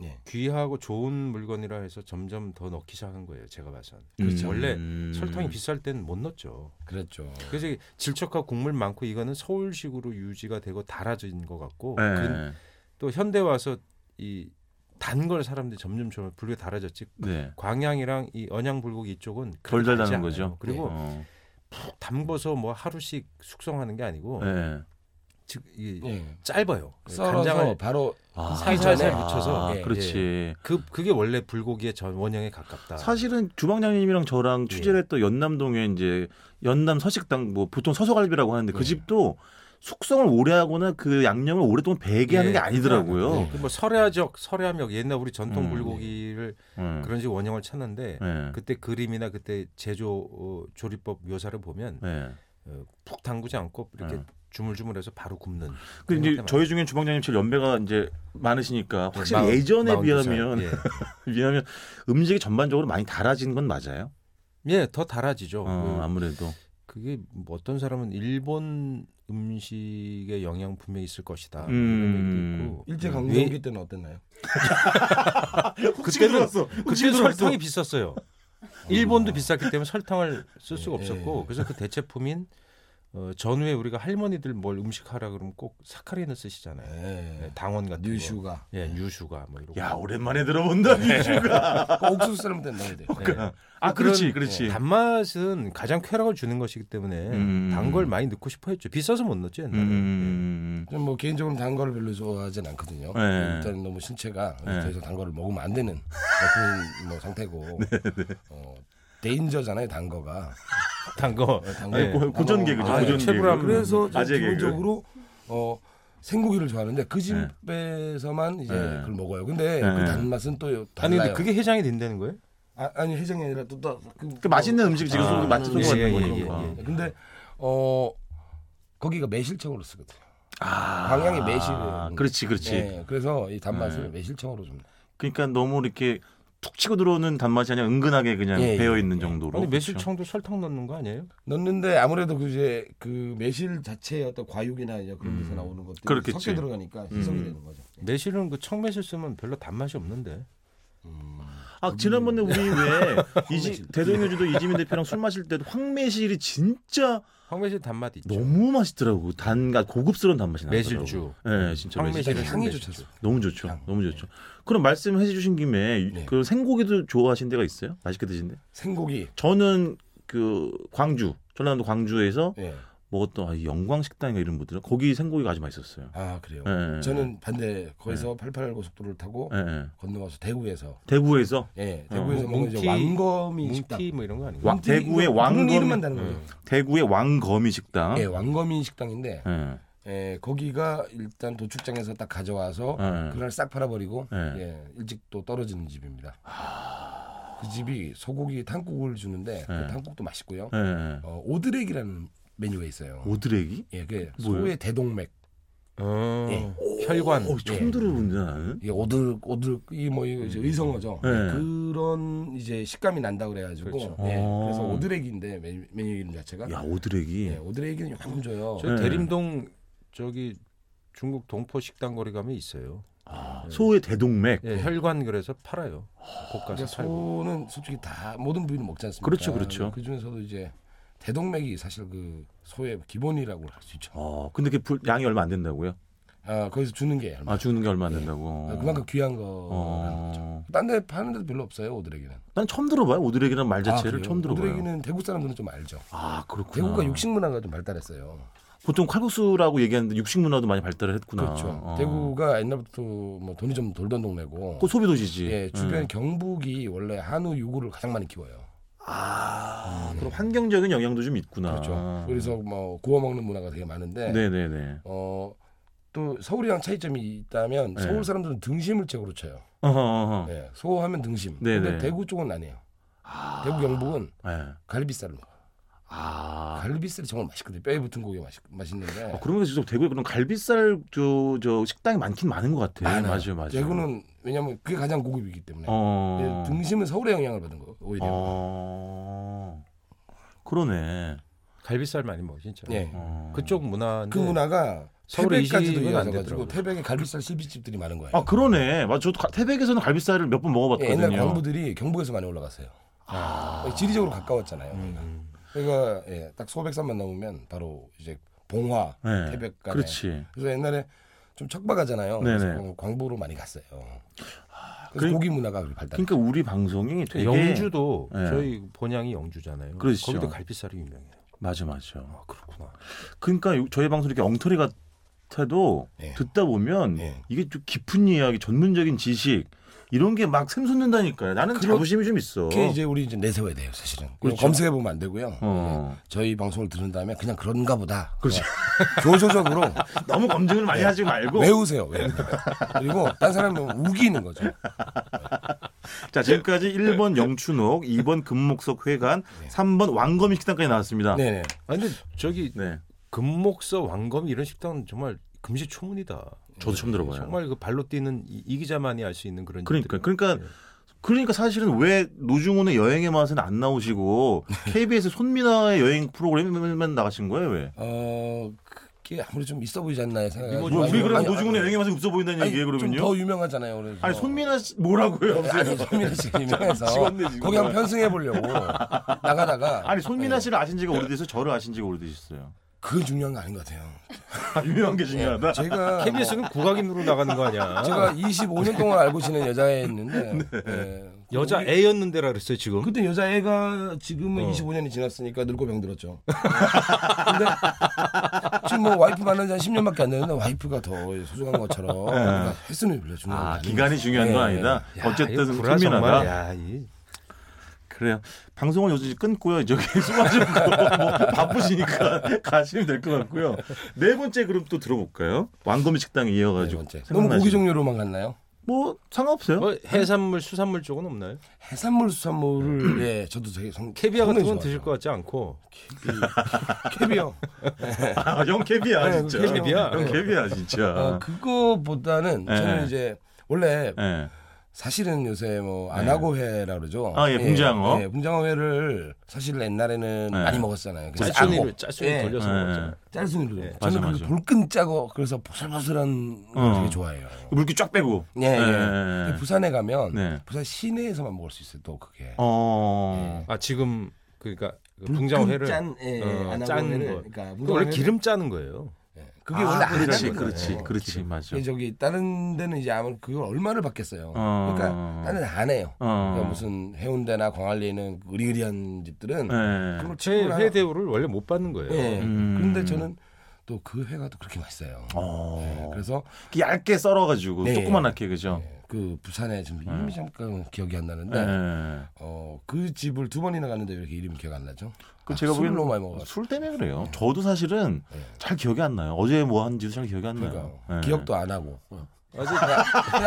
[SPEAKER 3] 네.
[SPEAKER 2] 예.
[SPEAKER 3] 귀하고 좋은 물건이라 해서 점점 더 넣기 시작한 거예요. 제가 봐선.
[SPEAKER 1] 그렇죠.
[SPEAKER 3] 원래
[SPEAKER 1] 음.
[SPEAKER 3] 설탕이 비쌀 때는 못 넣었죠.
[SPEAKER 2] 그랬죠.
[SPEAKER 3] 그래서 이게 질척하고 국물 많고 이거는 서울식으로 유지가 되고 달아진 것 같고
[SPEAKER 1] 예.
[SPEAKER 3] 그- 또 현대 와서 이 단 걸 사람들이 점점 점점 불교 달아졌지.
[SPEAKER 1] 네.
[SPEAKER 3] 광양이랑 이 언양 불고기 이쪽은
[SPEAKER 1] 덜
[SPEAKER 3] 그렇게 달지
[SPEAKER 1] 달다는
[SPEAKER 3] 않아요.
[SPEAKER 1] 거죠.
[SPEAKER 3] 그리고
[SPEAKER 1] 어.
[SPEAKER 3] 푹 담궈서 뭐 하루씩 숙성하는 게 아니고
[SPEAKER 1] 예.
[SPEAKER 3] 즉이
[SPEAKER 2] 예.
[SPEAKER 3] 짧아요. 네,
[SPEAKER 2] 썰어서
[SPEAKER 3] 그 간장을
[SPEAKER 2] 바로
[SPEAKER 1] 아,
[SPEAKER 3] 사이사이에
[SPEAKER 1] 아,
[SPEAKER 3] 묻혀서.
[SPEAKER 1] 아,
[SPEAKER 2] 예,
[SPEAKER 1] 그렇지.
[SPEAKER 3] 그 그게 원래 불고기의 전 원형에 가깝다.
[SPEAKER 1] 사실은 주방장님이랑 저랑 취재를 했던 연남동에 이제 연남 서식당 뭐 보통 서서갈비라고 하는데 그
[SPEAKER 2] 네.
[SPEAKER 1] 집도 숙성을 오래 하거나 그 양념을 오랫동안 배게 하는
[SPEAKER 3] 예,
[SPEAKER 1] 게 아니더라고요.
[SPEAKER 2] 네.
[SPEAKER 3] 그뭐 설야적, 설야역 옛날 우리 전통
[SPEAKER 1] 음.
[SPEAKER 3] 불고기를
[SPEAKER 1] 예.
[SPEAKER 3] 그런 식으로 원형을 찾는데
[SPEAKER 1] 예.
[SPEAKER 3] 그때 그림이나 그때 제조 어, 조리법 묘사를 보면
[SPEAKER 1] 예.
[SPEAKER 3] 어, 푹 담그지 않고 이렇게
[SPEAKER 1] 네.
[SPEAKER 3] 주물주물해서 바로 굽는.
[SPEAKER 1] 그
[SPEAKER 3] 그런
[SPEAKER 1] 이제
[SPEAKER 3] 형태만.
[SPEAKER 1] 저희 중에 주방장님 제일 연배가 이제 많으시니까 확실히
[SPEAKER 3] 마흔-
[SPEAKER 1] 예전에
[SPEAKER 3] 마흔 두 살.
[SPEAKER 1] 비하면
[SPEAKER 3] 예.
[SPEAKER 1] 왜냐하면 음식이 전반적으로 많이 달아진 건 맞아요.
[SPEAKER 3] 예, 더 달아지죠.
[SPEAKER 1] 어, 아무래도
[SPEAKER 3] 그, 게뭐 어떤 사람은 일본 음식의 영향 분명히 있을 것이다.
[SPEAKER 1] 음.
[SPEAKER 3] 이런 얘기도 있고. 네.
[SPEAKER 2] 일제
[SPEAKER 3] 왜-
[SPEAKER 2] 강점기 때는 어땠나요?
[SPEAKER 1] 그때는
[SPEAKER 3] 그때 설탕이 비쌌어요. 일본도 비쌌기 때문에 설탕을 쓸 수가
[SPEAKER 2] 예,
[SPEAKER 3] 없었고
[SPEAKER 2] 예.
[SPEAKER 3] 그래서 그 대체품인 어, 전후에 우리가 할머니들 뭘 음식 하라 그러면 꼭 사카린을 쓰시잖아요. 예,
[SPEAKER 2] 예.
[SPEAKER 3] 당원 같은 거.
[SPEAKER 2] 뉴슈가
[SPEAKER 3] 예, 유슈가 뭐 이런
[SPEAKER 1] 야
[SPEAKER 3] 거.
[SPEAKER 1] 오랜만에 들어본다 유주가.
[SPEAKER 2] 그 옥수수 썰면 된다고 돼.
[SPEAKER 3] 예.
[SPEAKER 1] 아 그렇지 그렇지.
[SPEAKER 3] 단맛은 가장 쾌락을 주는 것이기 때문에
[SPEAKER 1] 음.
[SPEAKER 3] 단 걸 많이 넣고 싶어 했죠. 비싸서 못 넣었죠 옛날에.
[SPEAKER 1] 음.
[SPEAKER 2] 저는 뭐 개인적으로 단 거를 별로 좋아하진 않거든요.
[SPEAKER 1] 네.
[SPEAKER 2] 일단 너무 신체가
[SPEAKER 1] 네.
[SPEAKER 2] 더 이상 단 거를 먹으면 안 되는 그런 뭐
[SPEAKER 3] 네,
[SPEAKER 2] 상태고 어, 데인저잖아요 단 거가.
[SPEAKER 3] 단 거.
[SPEAKER 2] 단
[SPEAKER 1] 아니,
[SPEAKER 3] 예.
[SPEAKER 1] 고- 고전 개그죠.
[SPEAKER 2] 아,
[SPEAKER 1] 고전
[SPEAKER 3] 예,
[SPEAKER 1] 개그.
[SPEAKER 3] 최불암
[SPEAKER 2] 그래서
[SPEAKER 3] 예,
[SPEAKER 2] 저는
[SPEAKER 1] 아재 개그.
[SPEAKER 2] 기본적으로 어, 생고기를 좋아하는데 그
[SPEAKER 3] 네.
[SPEAKER 2] 집에서만 이제
[SPEAKER 1] 네.
[SPEAKER 2] 그걸 먹어요.
[SPEAKER 1] 네.
[SPEAKER 2] 근데 그 단맛은 또
[SPEAKER 3] 아니
[SPEAKER 2] 달라요.
[SPEAKER 3] 근데 그게 해장이 된다는 거예요?
[SPEAKER 2] 아, 니 해장이 아니라 또, 또 그,
[SPEAKER 1] 그 맛있는 음식 지금
[SPEAKER 3] 아,
[SPEAKER 1] 아, 맛있는 거
[SPEAKER 3] 예,
[SPEAKER 1] 같은
[SPEAKER 3] 예,
[SPEAKER 1] 거니까.
[SPEAKER 3] 예, 예, 예.
[SPEAKER 2] 근데 어 거기가 매실청으로 쓰거든요.
[SPEAKER 1] 아,
[SPEAKER 2] 방향이 매실.
[SPEAKER 1] 그렇지 그렇지.
[SPEAKER 2] 예, 그래서 이 단맛을
[SPEAKER 1] 네.
[SPEAKER 2] 매실청으로 좀.
[SPEAKER 1] 그러니까 너무 이렇게 툭 치고 들어오는 단맛이 아니라 은근하게 그냥
[SPEAKER 2] 예, 예,
[SPEAKER 1] 배어 있는 정도로. 그렇죠.
[SPEAKER 3] 아니 매실청도 설탕 넣는 거 아니에요?
[SPEAKER 2] 넣는데 아무래도 그 이제 그 매실 자체의 어떤 과육이나 이제 그런 데서 나오는 것들이
[SPEAKER 1] 그렇겠지.
[SPEAKER 2] 섞여 들어가니까 희석이
[SPEAKER 1] 음.
[SPEAKER 2] 되는 거죠. 예.
[SPEAKER 3] 매실은 그 청매실 쓰면 별로 단맛이 없는데.
[SPEAKER 2] 음.
[SPEAKER 1] 아 지난번에 우리 왜 이지
[SPEAKER 2] 황매실.
[SPEAKER 1] 대동여주도 이지민 대표랑 술 마실 때도 황매실이 진짜
[SPEAKER 3] 황매실 단맛 있죠. 네,
[SPEAKER 1] 너무 맛있더라고. 그 단가 아, 고급스러운 단맛이 나더라고.
[SPEAKER 3] 매실주.
[SPEAKER 1] 예, 진짜
[SPEAKER 3] 황매실.
[SPEAKER 1] 매실. 네.
[SPEAKER 2] 일단 향이
[SPEAKER 3] 매실청.
[SPEAKER 2] 좋죠.
[SPEAKER 1] 너무 좋죠. 너무 좋죠. 그럼 말씀해 주신 김에
[SPEAKER 2] 네.
[SPEAKER 1] 그 생고기도 좋아하신 데가 있어요? 맛있게 드신데?
[SPEAKER 2] 생고기.
[SPEAKER 1] 저는 그 광주, 전라남도 광주에서
[SPEAKER 2] 예.
[SPEAKER 1] 먹었던 아, 영광식당인가 이런 분들은 거기 생고기가 아주 맛있었어요.
[SPEAKER 2] 아 그래요.
[SPEAKER 1] 예, 예.
[SPEAKER 2] 저는 반대 거기서 88 고속도로를 타고
[SPEAKER 1] 예, 예.
[SPEAKER 2] 건너가서 대구에서
[SPEAKER 1] 대구에서
[SPEAKER 2] 예 대구에서
[SPEAKER 3] 어,
[SPEAKER 2] 먹은 이제
[SPEAKER 3] 뭉티-
[SPEAKER 2] 왕거미 식당.
[SPEAKER 3] 뭉티 뭐 이런 거 아닌가?
[SPEAKER 1] 왕- 대구의
[SPEAKER 2] 이거
[SPEAKER 1] 왕거미-
[SPEAKER 2] 그런 이름만 다른 거예요.
[SPEAKER 1] 대구의 왕거미 식당.
[SPEAKER 2] 예 왕거미 식당인데
[SPEAKER 1] 예,
[SPEAKER 2] 예, 거기가 일단 도축장에서 딱 가져와서
[SPEAKER 1] 예.
[SPEAKER 2] 아, 그날 싹 팔아버리고
[SPEAKER 1] 예.
[SPEAKER 2] 예, 일찍 또 떨어지는 집입니다. 그 집이 소고기 탕국을 주는데 그
[SPEAKER 1] 예.
[SPEAKER 2] 탕국도 맛있고요.
[SPEAKER 1] 예, 예.
[SPEAKER 2] 어, 오드렉이라는 메뉴가 있어요.
[SPEAKER 1] 오드레기?
[SPEAKER 2] 예, 그
[SPEAKER 1] 뭐예요?
[SPEAKER 2] 소의 대동맥.
[SPEAKER 3] 어,
[SPEAKER 2] 예.
[SPEAKER 3] 혈관.
[SPEAKER 1] 어, 처음
[SPEAKER 2] 예.
[SPEAKER 1] 들어본데 나는.
[SPEAKER 2] 이게 오들 오들 이뭐 이거 이제 의성어죠.
[SPEAKER 1] 예.
[SPEAKER 2] 그런 이제 식감이 난다 그래가지고
[SPEAKER 3] 그렇죠.
[SPEAKER 2] 예,
[SPEAKER 1] 어.
[SPEAKER 2] 그래서 오드렉인데 메뉴, 메뉴 이름 자체가
[SPEAKER 1] 야, 오드레기.
[SPEAKER 2] 예, 오드렉이는 요만큼 줘요.
[SPEAKER 3] 저
[SPEAKER 1] 예.
[SPEAKER 3] 대림동 저기 중국 동포 식당 거리 가면 있어요.
[SPEAKER 1] 아, 소의 대동맥.
[SPEAKER 3] 예, 혈관 그래서 팔아요. 볶아서
[SPEAKER 2] 그러니까
[SPEAKER 3] 팔고.
[SPEAKER 2] 소는 솔직히 다 모든 부위는 먹지 않습니까?
[SPEAKER 1] 그렇죠, 그렇죠.
[SPEAKER 2] 그 중에서도 이제 대동맥이 사실 그 소의 기본이라고 할 수 있죠.
[SPEAKER 1] 어, 근데 그 불- 양이 얼마 안 된다고요?
[SPEAKER 2] 아 거기서 주는 게 얼마?
[SPEAKER 1] 아, 주는 게 얼마 안 된다고.
[SPEAKER 2] 아, 그만큼 귀한 거라는 거죠.
[SPEAKER 1] 어.
[SPEAKER 2] 딴 데 파는 데도 별로 없어요 오드레기는.
[SPEAKER 1] 난 처음 들어봐요. 오드레기라는 말 자체를
[SPEAKER 2] 아, 그래요?
[SPEAKER 1] 처음 들어봐요.
[SPEAKER 2] 오드레기는 대구 사람들은 좀 알죠.
[SPEAKER 1] 아, 그렇구나.
[SPEAKER 2] 대구가 육식 문화가 좀 발달했어요.
[SPEAKER 1] 보통 칼국수라고 얘기하는데 육식 문화도 많이 발달을 했구나.
[SPEAKER 2] 그렇죠.
[SPEAKER 1] 어.
[SPEAKER 2] 대구가 옛날부터 뭐 돈이 좀 돌던 동네고.
[SPEAKER 1] 그 소비 도시지.
[SPEAKER 2] 예, 주변 경북이 원래 한우 유구를 가장 많이 키워요.
[SPEAKER 1] 아, 그럼 환경적인 영향도 좀 있구나.
[SPEAKER 2] 음. 그렇죠. 그래서 뭐 구워 먹는 문화가 되게 많은데
[SPEAKER 1] 네, 네, 네.
[SPEAKER 2] 어, 또 서울이랑 차이점이 있다면
[SPEAKER 1] 네.
[SPEAKER 2] 서울 사람들은 등심을 최고로 쳐요.
[SPEAKER 1] 어허, 어허.
[SPEAKER 2] 예, 소하면 등심.
[SPEAKER 1] 네,
[SPEAKER 2] 근데
[SPEAKER 1] 네.
[SPEAKER 2] 대구 쪽은 아니에요.
[SPEAKER 1] 아,
[SPEAKER 2] 대구 경북은
[SPEAKER 1] 예.
[SPEAKER 2] 갈비살을 먹어. 요
[SPEAKER 1] 아.
[SPEAKER 2] 갈비살이 정말 맛있거든요. 뼈에 붙은 고기 맛있, 맛있는데
[SPEAKER 1] 아, 그러면 진짜 대구에 그런 갈비살 저, 저 식당이 많긴 많은 것 같아.
[SPEAKER 2] 많아요.
[SPEAKER 1] 맞아요, 맞아요.
[SPEAKER 2] 대구는 왜냐하면 그게 가장 고급이기 때문에
[SPEAKER 1] 어.
[SPEAKER 2] 근데 등심은 서울의 영향을 받은 거 오히려.
[SPEAKER 1] 어. 그러네.
[SPEAKER 3] 갈비살 많이 먹어 진짜.
[SPEAKER 2] 예.
[SPEAKER 1] 어.
[SPEAKER 3] 그쪽 문화.
[SPEAKER 2] 그 문화가
[SPEAKER 3] 서울의
[SPEAKER 2] 태백까지도
[SPEAKER 3] 이식은 안
[SPEAKER 2] 이어져가지고
[SPEAKER 3] 되더라고요.
[SPEAKER 2] 태백에 갈비살 실비집들이 많은 거예요.
[SPEAKER 1] 아 그러네. 맞 저도 가- 태백에서는 갈비살을 몇 번
[SPEAKER 2] 예,
[SPEAKER 1] 먹어봤거든요. 아,
[SPEAKER 2] 옛날 광부들이 경북에서 많이 올라갔어요. 지리적으로 가까웠잖아요.
[SPEAKER 1] 음.
[SPEAKER 2] 그러니까 예, 딱 소백산만 넘으면 바로 이제 봉화,
[SPEAKER 1] 네.
[SPEAKER 2] 태백 간에.
[SPEAKER 1] 그렇지.
[SPEAKER 2] 그래서 옛날에 좀 척박하잖아요.
[SPEAKER 1] 네네. 아,
[SPEAKER 2] 그래서 뭐 광- 광부로 많이 갔어요. 그래서
[SPEAKER 1] 그래-
[SPEAKER 2] 고기 문화가 발달.
[SPEAKER 1] 그러니까 우리 방송이 되게
[SPEAKER 3] 영주도
[SPEAKER 1] 예.
[SPEAKER 3] 저희 본향이 영주잖아요.
[SPEAKER 1] 그러시죠.
[SPEAKER 3] 거기도 갈비살이 유명해요.
[SPEAKER 1] 맞아 맞아.
[SPEAKER 3] 아 그렇구나.
[SPEAKER 1] 그러니까 요- 저희 방송 이렇게 엉터리 같아도
[SPEAKER 2] 예.
[SPEAKER 1] 듣다 보면
[SPEAKER 2] 예.
[SPEAKER 1] 이게 좀 깊은 이야기, 전문적인 지식 이런 게 막 샘솟는다니까요. 나는
[SPEAKER 2] 그렇-
[SPEAKER 1] 자부심이 좀 있어.
[SPEAKER 2] 그게 이제 우리 이제 내세워야 돼요, 사실은. 그럼
[SPEAKER 1] 그렇죠.
[SPEAKER 2] 검색해 보면 안 되고요.
[SPEAKER 1] 어.
[SPEAKER 2] 저희 방송을 들은 다음에 그냥 그런가 보다. 그렇죠. 교조적으로
[SPEAKER 1] 너무 검증을 많이 하지 말고.
[SPEAKER 2] 외우세요. 외우세요. 그리고 딴 사람은 우기는 거죠.
[SPEAKER 1] 자 지금까지 1번 영춘옥, 2번 금목석 회관, 3번 왕검이 식당까지 나왔습니다. 네.
[SPEAKER 2] 네네.
[SPEAKER 3] 아 근데 저기 금목서 왕검 이런 식당은 정말 금시초문이다.
[SPEAKER 1] 저도 처음 들어봐요.
[SPEAKER 3] 정말 그 발로 뛰는 이, 이 기자만이 알 수 있는 그런
[SPEAKER 1] 그러니까
[SPEAKER 3] 집들이-
[SPEAKER 1] 그러니까 그러니까 사실은 왜 노중훈의 여행의 맛은 안 나오시고 KBS 손민아의 여행 프로그램만 나가신 거예요 왜?
[SPEAKER 2] 어 그게 아무리 좀 있어 보이지 않나 생각.
[SPEAKER 3] 이모지.
[SPEAKER 1] 뭐, 우리
[SPEAKER 3] 아니,
[SPEAKER 1] 그럼
[SPEAKER 3] 아니,
[SPEAKER 1] 노중훈의 여행의 맛은 없어 보인다는 얘기예요 그러면요?
[SPEAKER 2] 좀더 유명하잖아요. 그래서.
[SPEAKER 1] 아니 손민아 씨 뭐라고요?
[SPEAKER 2] 아니 손민아 씨가 유명해서
[SPEAKER 1] 미치겠네, 지금.
[SPEAKER 2] 거기 한번 편승해 보려고 나가다가
[SPEAKER 1] 아니 손민아 씨를 아신 지가 오래돼서 저를 아신 지가 오래되셨어요.
[SPEAKER 2] 그게 중요한 거 아닌 것 같아요.
[SPEAKER 1] 아, 유명한 게 중요하다.
[SPEAKER 2] 제가
[SPEAKER 3] KBS는 국악인으로 나가는 거 아니야?
[SPEAKER 2] 뭐 제가 25년 동안 알고 지낸 여자애였는데
[SPEAKER 1] 네.
[SPEAKER 2] 예.
[SPEAKER 3] 여자
[SPEAKER 2] 우리-
[SPEAKER 3] 애였는데라 그랬어요 지금. 어.
[SPEAKER 2] 그때 여자애가 지금은
[SPEAKER 1] 어.
[SPEAKER 2] 25년이 지났으니까 늙고 병들었죠. 근데 지금 뭐 와이프 만난 지 한 10년밖에 안 됐는데 와이프가 더 소중한 것처럼 우리가 횟수는 별로 중요한 거
[SPEAKER 1] 네. 아
[SPEAKER 2] 아니에요.
[SPEAKER 1] 기간이 중요한 건
[SPEAKER 2] 예, 예.
[SPEAKER 1] 아니다.
[SPEAKER 3] 야, 이거
[SPEAKER 1] 어쨌든
[SPEAKER 3] 구라
[SPEAKER 1] 손민아가
[SPEAKER 3] 정말, 야, 이
[SPEAKER 1] 그래요. 방송을 요즘 끊고요. 저기 수마좀 바쁘시니까 가시면 될 것 같고요. 네 번째 그룹 또 들어볼까요? 왕검이 식당에
[SPEAKER 2] 네
[SPEAKER 1] 이어가지고
[SPEAKER 2] 번째. 너무
[SPEAKER 1] 생각나시는
[SPEAKER 2] 고기 종류로만 갔나요?
[SPEAKER 1] 뭐 상관없어요.
[SPEAKER 3] 뭐 해산물 수산물 쪽은 없나요?
[SPEAKER 2] 해산물 수산물을 예 저도 되게 성,
[SPEAKER 3] 캐비아 같은 건
[SPEAKER 2] 상당히
[SPEAKER 3] 드실
[SPEAKER 2] 좋아해요.
[SPEAKER 3] 것 같지 않고
[SPEAKER 2] 캐비아
[SPEAKER 1] 아, 형 캡이야
[SPEAKER 2] 네,
[SPEAKER 1] 진짜.
[SPEAKER 3] 캡이야.
[SPEAKER 1] 형 캡이야 진짜.
[SPEAKER 2] 어, 그거보다는
[SPEAKER 1] 예.
[SPEAKER 2] 저는 이제 원래
[SPEAKER 1] 예.
[SPEAKER 2] 사실은 요새 뭐 안하고회라 그러죠.
[SPEAKER 1] 네. 아, 예, 붕장어.
[SPEAKER 2] 예, 붕장어회를 사실 옛날에는
[SPEAKER 1] 예.
[SPEAKER 2] 많이 먹었잖아요. 그래서
[SPEAKER 3] 짤순이로
[SPEAKER 2] 아고,
[SPEAKER 3] 짤순이
[SPEAKER 2] 예,
[SPEAKER 3] 돌려서
[SPEAKER 1] 예.
[SPEAKER 3] 먹잖아요.
[SPEAKER 2] 짤순이로. 저는
[SPEAKER 1] 맞아,
[SPEAKER 2] 그
[SPEAKER 1] 맞아.
[SPEAKER 2] 볼끈 짜고 그래서 보슬보슬한 걸
[SPEAKER 1] 어.
[SPEAKER 2] 되게 좋아해요.
[SPEAKER 1] 물기 쫙 빼고.
[SPEAKER 2] 예, 예. 근데 부산에 가면
[SPEAKER 1] 네.
[SPEAKER 2] 부산 시내에서만 먹을 수 있어요. 또 그게.
[SPEAKER 1] 어.
[SPEAKER 3] 아 지금 그러니까 그
[SPEAKER 2] 불끈
[SPEAKER 3] 붕장어회를
[SPEAKER 2] 짠, 예,
[SPEAKER 3] 어,
[SPEAKER 2] 안하고
[SPEAKER 3] 짠
[SPEAKER 2] 회를,
[SPEAKER 3] 거.
[SPEAKER 2] 그러니까
[SPEAKER 3] 그 원래
[SPEAKER 2] 붕장어회를-
[SPEAKER 3] 기름 짜는 거예요.
[SPEAKER 2] 예. 그게
[SPEAKER 1] 아,
[SPEAKER 2] 원래 안
[SPEAKER 1] 그렇지,
[SPEAKER 2] 되는 거예요.
[SPEAKER 1] 그렇지,
[SPEAKER 2] 어.
[SPEAKER 1] 그렇지, 맞아.
[SPEAKER 2] 이게 저기 다른 데는 이제 아무 그걸 얼마를 받겠어요.
[SPEAKER 1] 어.
[SPEAKER 2] 그러니까 다른 데는 안 해요.
[SPEAKER 1] 어.
[SPEAKER 2] 그러니까 무슨 해운대나 광안리에 있는 의리의리한 집들은
[SPEAKER 1] 네.
[SPEAKER 2] 그걸
[SPEAKER 3] 회,
[SPEAKER 2] 치고는
[SPEAKER 3] 회 대우를 원래 못 받는
[SPEAKER 2] 하나-
[SPEAKER 3] 거예요.
[SPEAKER 2] 예.
[SPEAKER 1] 음.
[SPEAKER 2] 근데 저는 또 그 회가 또 그렇게 맛있어요. 예,
[SPEAKER 1] 어.
[SPEAKER 2] 그래서
[SPEAKER 1] 이렇게 얇게 썰어가지고
[SPEAKER 2] 네.
[SPEAKER 1] 조그만하게 그죠.
[SPEAKER 2] 예, 그 부산에 지금 이름이 잠깐 기억이 안 나는데
[SPEAKER 1] 네.
[SPEAKER 2] 어, 그 집을 두 번이나 갔는데 왜 이렇게 이름이 기억 안 나죠?
[SPEAKER 1] 그
[SPEAKER 2] 아,
[SPEAKER 1] 제가
[SPEAKER 2] 술을
[SPEAKER 1] 보기엔
[SPEAKER 2] 너무 많이 먹어가지고.
[SPEAKER 1] 술 때문에 그래요. 저도 사실은
[SPEAKER 2] 네.
[SPEAKER 1] 잘 기억이 안 나요. 어제 뭐 한지도 잘 기억이 안 나요.
[SPEAKER 2] 그러니까
[SPEAKER 1] 네.
[SPEAKER 2] 기억도 안 하고. 어제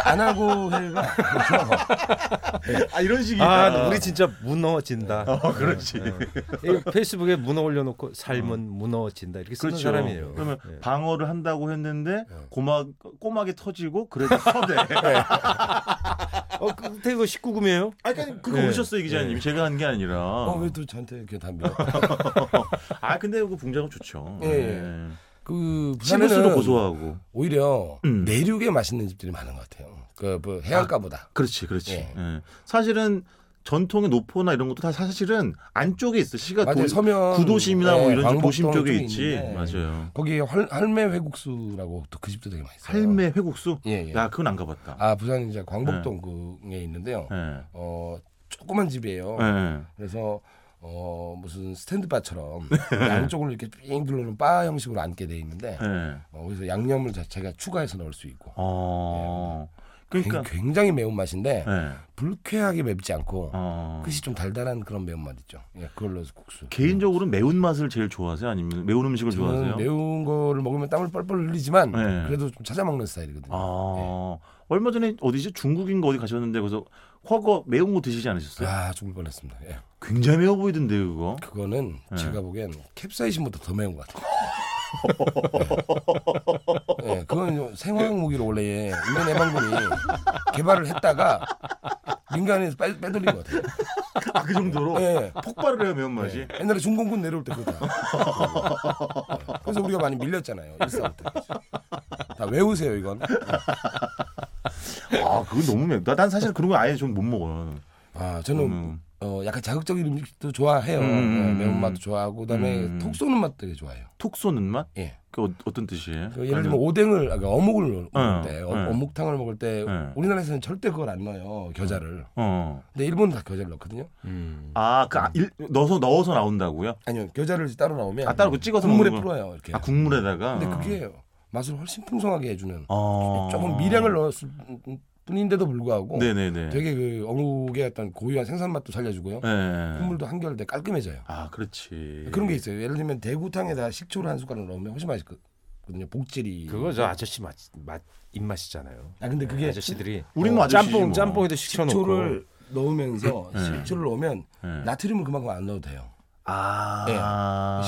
[SPEAKER 2] 안 하고 회가
[SPEAKER 1] 아 이런 식이야.
[SPEAKER 3] 아, 우리 진짜 무너진다.
[SPEAKER 2] 네.
[SPEAKER 1] 어, 그렇지.
[SPEAKER 3] 이 페이스북에 문어 올려놓고 삶은 무너진다 이렇게 쓰는
[SPEAKER 1] 그렇죠.
[SPEAKER 3] 사람이에요.
[SPEAKER 1] 그러면
[SPEAKER 3] 예.
[SPEAKER 1] 방어를 한다고 했는데
[SPEAKER 2] 네.
[SPEAKER 1] 고막 꼬막이 터지고 그래도 터대.
[SPEAKER 3] 어, 그때 이거 19금이에요?
[SPEAKER 1] 아니 그러니까 그거
[SPEAKER 3] 네.
[SPEAKER 1] 오셨어요 기자님. 제가 한 게 아니라.
[SPEAKER 2] 어 왜 또 저한테 이렇게 담배?
[SPEAKER 1] 아 근데 그 붕장은 좋죠.
[SPEAKER 2] 예. 그
[SPEAKER 1] 치부스도
[SPEAKER 2] 부산에는
[SPEAKER 1] 고소하고.
[SPEAKER 2] 오히려
[SPEAKER 1] 음.
[SPEAKER 2] 내륙에 맛있는 집들이 많은 것 같아요. 그, 뭐 해안가보다.
[SPEAKER 1] 그렇지, 그렇지.
[SPEAKER 2] 예.
[SPEAKER 1] 예. 사실은 전통의 노포나 이런 것도 다 사실은 안쪽에 있어. 시가
[SPEAKER 2] 맞아요.
[SPEAKER 1] 그러니까 도,
[SPEAKER 2] 서면
[SPEAKER 1] 구도심이나 뭐
[SPEAKER 2] 예,
[SPEAKER 1] 이런
[SPEAKER 2] 광복동
[SPEAKER 1] 도심 쪽에
[SPEAKER 2] 쪽에
[SPEAKER 1] 있지.
[SPEAKER 2] 있는데. 예.
[SPEAKER 1] 맞아요.
[SPEAKER 2] 거기 헐, 할매 회국수라고 또 그 집도 되게 맛있어요.
[SPEAKER 1] 할매 회국수.
[SPEAKER 2] 예, 예.
[SPEAKER 1] 야, 네. 그건 안 가봤다.
[SPEAKER 2] 아 부산 이제 광복동 그에 있는데요.
[SPEAKER 1] 예.
[SPEAKER 2] 어 조그만 집이에요.
[SPEAKER 1] 예.
[SPEAKER 2] 그래서 어 무슨 스탠드바처럼
[SPEAKER 1] 네.
[SPEAKER 2] 양쪽을 이렇게 삥 둘러는 바 형식으로 앉게 돼 있는데
[SPEAKER 1] 예.
[SPEAKER 2] 어, 거기서 양념을 자체가 추가해서 넣을 수 있고
[SPEAKER 1] 어.
[SPEAKER 2] 예.
[SPEAKER 1] 그러니까.
[SPEAKER 2] 굉- 굉장히 매운 맛인데
[SPEAKER 1] 예.
[SPEAKER 2] 불쾌하게 맵지 않고
[SPEAKER 1] 어.
[SPEAKER 2] 끝이 좀 달달한 그런 매운 맛 있죠. 예, 그걸로 해서 국수.
[SPEAKER 1] 개인적으로 매운 맛을 제일 좋아하세요? 아니면 매운 음식을 좋아하세요?
[SPEAKER 2] 저는 매운 거를 먹으면 땀을 뻘뻘 흘리지만
[SPEAKER 1] 네.
[SPEAKER 2] 그래도 좀 찾아 먹는 스타일이거든요.
[SPEAKER 1] 아.
[SPEAKER 2] 예.
[SPEAKER 1] 얼마 전에 어디지? 중국인 거 어디 가셨는데 거기서 허거 매운 거 드시지 않으셨어요?
[SPEAKER 2] 아 죽을 뻔했습니다. 예.
[SPEAKER 1] 굉장히 매워 보이던데 그거.
[SPEAKER 2] 그거는
[SPEAKER 1] 예.
[SPEAKER 2] 제가 보기엔 캡사이신보다 더 매운 것 같아요. 예. 예, 그건 좀 생화학 무기로 원래 예, 인간 해방군이 개발을 했다가 민간에서 빼, 빼돌린 것 같아요.
[SPEAKER 1] 아, 그 정도로
[SPEAKER 2] 예.
[SPEAKER 1] 폭발을 해요, 매운 맛이.
[SPEAKER 2] 옛날에 중공군 내려올 때 그거다. 예. 그래서 우리가 많이 밀렸잖아요. 일상 때. 다 외우세요 이건.
[SPEAKER 1] 아, 그건 너무 맵다. 난 사실 그런 거 아예 좀 못 먹어요.
[SPEAKER 2] 아 저는
[SPEAKER 1] 음.
[SPEAKER 2] 어, 약간 자극적인 음식도 좋아해요.
[SPEAKER 1] 음.
[SPEAKER 2] 예, 매운맛도 좋아하고 그다음에
[SPEAKER 1] 음.
[SPEAKER 2] 톡 쏘는 맛 되게 좋아해요.
[SPEAKER 1] 톡 쏘는 맛?
[SPEAKER 2] 예.
[SPEAKER 1] 그 어- 어떤 뜻이에요?
[SPEAKER 2] 그 예를 들면 오뎅을 아, 그 어묵을
[SPEAKER 1] 어,
[SPEAKER 2] 먹을 때
[SPEAKER 1] 네.
[SPEAKER 2] 어, 어묵탕을 먹을 때
[SPEAKER 1] 네.
[SPEAKER 2] 우리나라에서는 절대 그걸 안 넣어요 겨자를
[SPEAKER 1] 어.
[SPEAKER 2] 근데 일본은 다 겨자를 넣거든요
[SPEAKER 3] 음.
[SPEAKER 1] 아, 그 아, 일, 넣어서 넣어서 나온다고요?
[SPEAKER 2] 아니요 겨자를 따로 나오면
[SPEAKER 1] 아, 따로 그 찍어서
[SPEAKER 2] 국물에
[SPEAKER 1] 먹는 거?
[SPEAKER 2] 풀어요 이렇게
[SPEAKER 1] 아, 국물에다가.
[SPEAKER 2] 근데 그게 맛을 훨씬 풍성하게 해주는
[SPEAKER 1] 어.
[SPEAKER 2] 조금 미량을 넣었을 뿐인데도 불구하고
[SPEAKER 1] 네, 네, 네.
[SPEAKER 2] 되게 그 어묵의 어떤 고유한 생선 맛도 살려주고요
[SPEAKER 1] 예.
[SPEAKER 2] 국물도 한결 깔끔해져요
[SPEAKER 1] 아, 그렇지.
[SPEAKER 2] 그런 게 있어요 예를 들면 대구탕에다 식초를 한 숟가락 넣으면 훨씬 맛있거든요 복질이
[SPEAKER 3] 그거 저 아저씨 맛, 맛 입맛이잖아요.
[SPEAKER 2] 아 근데 그게
[SPEAKER 3] 아저씨들이
[SPEAKER 1] 우리는 뭐 아저씨지
[SPEAKER 3] 짬뽕
[SPEAKER 1] 뭐.
[SPEAKER 3] 짬뽕에도 시켜놓고
[SPEAKER 2] 식초를 넣으면서
[SPEAKER 1] 네.
[SPEAKER 2] 식초를 넣으면
[SPEAKER 1] 네.
[SPEAKER 2] 나트륨은 그만큼 안 넣어도 돼요.
[SPEAKER 1] 아.
[SPEAKER 2] 네.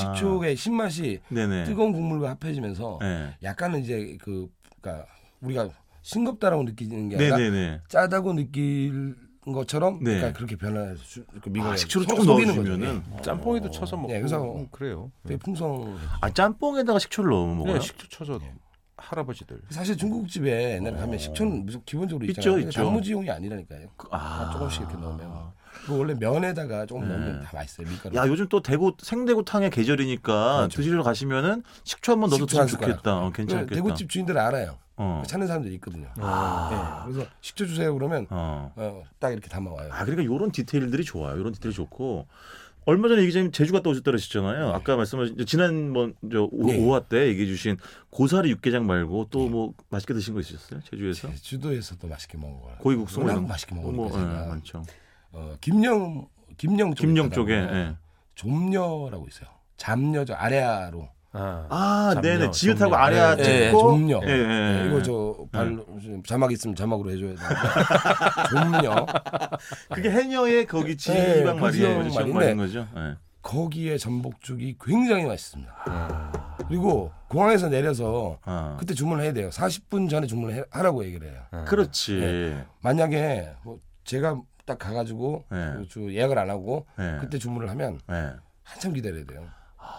[SPEAKER 1] 예.
[SPEAKER 2] 식초의 신맛이
[SPEAKER 1] 네네.
[SPEAKER 2] 뜨거운 국물과 합해지면서
[SPEAKER 1] 네.
[SPEAKER 2] 약간은 이제 그 그러니까 우리가 싱겁다라고 느끼는 게 아니라
[SPEAKER 1] 네네네.
[SPEAKER 2] 짜다고 느낄 것처럼
[SPEAKER 1] 네.
[SPEAKER 2] 그러니까 그렇게 변화해서 그 미국
[SPEAKER 1] 아, 식초를 조금 넣어주면은.
[SPEAKER 3] 짬뽕에도 쳐서 먹고
[SPEAKER 2] 예, 그래서 네.
[SPEAKER 3] 음, 그래요.
[SPEAKER 2] 예. 되게 풍성.
[SPEAKER 1] 아, 짬뽕에다가 네, 식초를 넣어
[SPEAKER 3] 그냥
[SPEAKER 2] 네,
[SPEAKER 1] 먹어요?
[SPEAKER 3] 식초 쳐서 할아버지들
[SPEAKER 2] 예. 사실 중국집에 옛날에 가면 식초는 무조건 기본적으로
[SPEAKER 1] 어. 있죠,
[SPEAKER 2] 있잖아요.
[SPEAKER 1] 있죠.
[SPEAKER 2] 단무지용이 아니라니까요.
[SPEAKER 1] 아.
[SPEAKER 2] 조금씩 이렇게 넣으면. 그거 원래 면에다가 조금 넣으면 다 맛있어요. 밀가루.
[SPEAKER 1] 네. 야 요즘 또 대구 생대구탕의 계절이니까 드시러 가시면 식초 한번 넣어도
[SPEAKER 2] 그렇죠. 식초 한
[SPEAKER 1] 드시면 좋겠다. 어,
[SPEAKER 2] 그
[SPEAKER 1] 괜찮겠다.
[SPEAKER 2] 대구집 주인들은 알아요.
[SPEAKER 1] 어. 아.
[SPEAKER 2] 찾는 사람들이 있거든요.
[SPEAKER 3] 아,
[SPEAKER 2] 예, 그래서 식초 주세요 그러면
[SPEAKER 1] 어.
[SPEAKER 2] 어, 딱 이렇게 담아와요.
[SPEAKER 1] 아 그러니까 요런 디테일들이 좋아요. 요런 디테일이 좋고 얼마 전에 이 기자님 제주 갔다 오셨다 그러셨잖아요. 아까 말씀하신 저 지난번 뭐, 저 오,
[SPEAKER 2] 네.
[SPEAKER 1] 화때 얘기해 주신 고사리 육개장 말고 또 뭐 맛있게 드신 거 있으셨어요? 제주에서?
[SPEAKER 2] 제주도에서도 맛있게 먹은 거야.
[SPEAKER 1] 그렇죠? 고기국수 뭐
[SPEAKER 2] 워낙
[SPEAKER 1] 이런-
[SPEAKER 2] 맛있게
[SPEAKER 1] 뭐,
[SPEAKER 2] 먹으니까
[SPEAKER 1] 예,
[SPEAKER 2] 제가.
[SPEAKER 1] 많죠.
[SPEAKER 2] 어, 김영 김영 쪽에
[SPEAKER 1] 김영
[SPEAKER 2] 있다가 뭐.
[SPEAKER 1] 쪽에. 예.
[SPEAKER 2] 좀녀라고 있어요. 잠녀 저 아래아로
[SPEAKER 3] 아,
[SPEAKER 1] 아,
[SPEAKER 3] 잠녀,
[SPEAKER 1] 네네. 지읒하고
[SPEAKER 3] 잠녀.
[SPEAKER 1] 아래아
[SPEAKER 3] 예,
[SPEAKER 2] 예,
[SPEAKER 1] 찍고.
[SPEAKER 2] 좀녀. 네,
[SPEAKER 1] 예, 예, 예.
[SPEAKER 2] 이거 저 발, 자막 있으면 자막으로 해줘야 돼. 좀녀
[SPEAKER 1] 그게 해녀의 거기
[SPEAKER 2] 예,
[SPEAKER 1] 지방
[SPEAKER 2] 그
[SPEAKER 1] 말이에요.
[SPEAKER 2] 지역
[SPEAKER 1] 지역 말인
[SPEAKER 2] 말인데.
[SPEAKER 1] 거죠. 예.
[SPEAKER 2] 거기에 전복죽이 굉장히 맛있습니다. 그리고 공항에서 내려서
[SPEAKER 1] 아.
[SPEAKER 2] 그때 주문해야 을 돼요. 40분 전에 주문하라고 얘기를 해요.
[SPEAKER 1] 그렇지.
[SPEAKER 2] 네. 만약에 뭐 제가 딱 가가지고
[SPEAKER 1] 네.
[SPEAKER 2] 그주 예약을 안 하고
[SPEAKER 1] 네.
[SPEAKER 2] 그때 주문을 하면
[SPEAKER 1] 예. 아,
[SPEAKER 2] 한참 기다려야 돼요.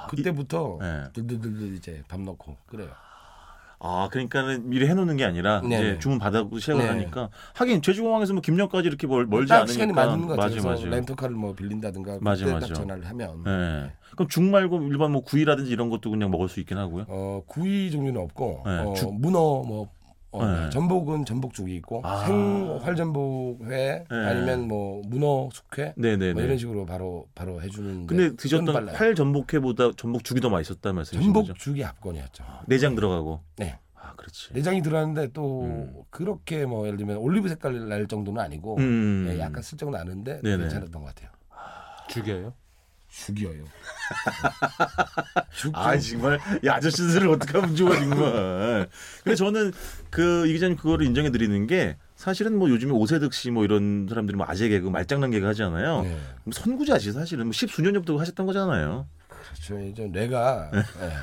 [SPEAKER 2] 그때부터
[SPEAKER 1] 네.
[SPEAKER 2] 들들들들 이제 밥 넣고 그래요.
[SPEAKER 1] 아 그러니까는 미리 해놓는 게 아니라
[SPEAKER 2] 네네.
[SPEAKER 1] 이제 주문 받아고 시작을
[SPEAKER 2] 네.
[SPEAKER 1] 하니까 하긴 제주공항에서 뭐 김녕까지 이렇게 멀, 멀지
[SPEAKER 2] 딱
[SPEAKER 1] 않으니까
[SPEAKER 2] 시간이 맞는 것 같아요.
[SPEAKER 1] 맞아
[SPEAKER 2] 그래서
[SPEAKER 1] 맞아.
[SPEAKER 2] 렌터카를 뭐 빌린다든가
[SPEAKER 1] 맞아,
[SPEAKER 2] 그때
[SPEAKER 1] 맞아.
[SPEAKER 2] 딱 전화를 하면
[SPEAKER 1] 네. 그럼 죽 말고 일반 뭐 구이라든지 이런 것도 그냥 먹을 수 있긴 하고요.
[SPEAKER 2] 어 구이 종류는 없고
[SPEAKER 1] 네,
[SPEAKER 2] 어,
[SPEAKER 1] 죽.
[SPEAKER 2] 문어 뭐 어,
[SPEAKER 1] 네.
[SPEAKER 2] 전복은 전복죽이 있고
[SPEAKER 1] 아.
[SPEAKER 2] 생 활전복회
[SPEAKER 1] 네.
[SPEAKER 2] 아니면 뭐 문어 숙회
[SPEAKER 1] 네네네.
[SPEAKER 2] 뭐 이런 식으로 바로 바로 해주는.
[SPEAKER 1] 근데 드셨던
[SPEAKER 2] 빨라요.
[SPEAKER 1] 활 전복회보다 전복죽이 더 맛있었다는 말씀이신 거죠?
[SPEAKER 2] 전복죽이 압권이었죠.
[SPEAKER 1] 내장 들어가고.
[SPEAKER 2] 네.
[SPEAKER 1] 아 그렇지.
[SPEAKER 2] 내장이 들어갔는데 또
[SPEAKER 1] 음.
[SPEAKER 2] 그렇게 뭐 예를 들면 올리브 색깔 날 정도는 아니고
[SPEAKER 1] 음.
[SPEAKER 2] 예, 약간 슬쩍 나는데
[SPEAKER 1] 네네.
[SPEAKER 2] 괜찮았던 것 같아요.
[SPEAKER 3] 죽여요?
[SPEAKER 2] 죽이어요. 죽.
[SPEAKER 1] 아 정말 이 아저씨들을 어떻게 하면 좋아 정말. 근데 저는 그이 기자님 그거를 인정해 드리는 게 사실은 뭐 요즘에 오세득 씨 뭐 이런 사람들이 뭐 아재 개그 말장난 개그 하잖아요.
[SPEAKER 2] 네.
[SPEAKER 1] 그럼 선구자지 사실은 뭐 십수년 전부터 하셨던 거잖아요.
[SPEAKER 2] 그렇죠. 이제 뇌가
[SPEAKER 1] 네.
[SPEAKER 2] 예,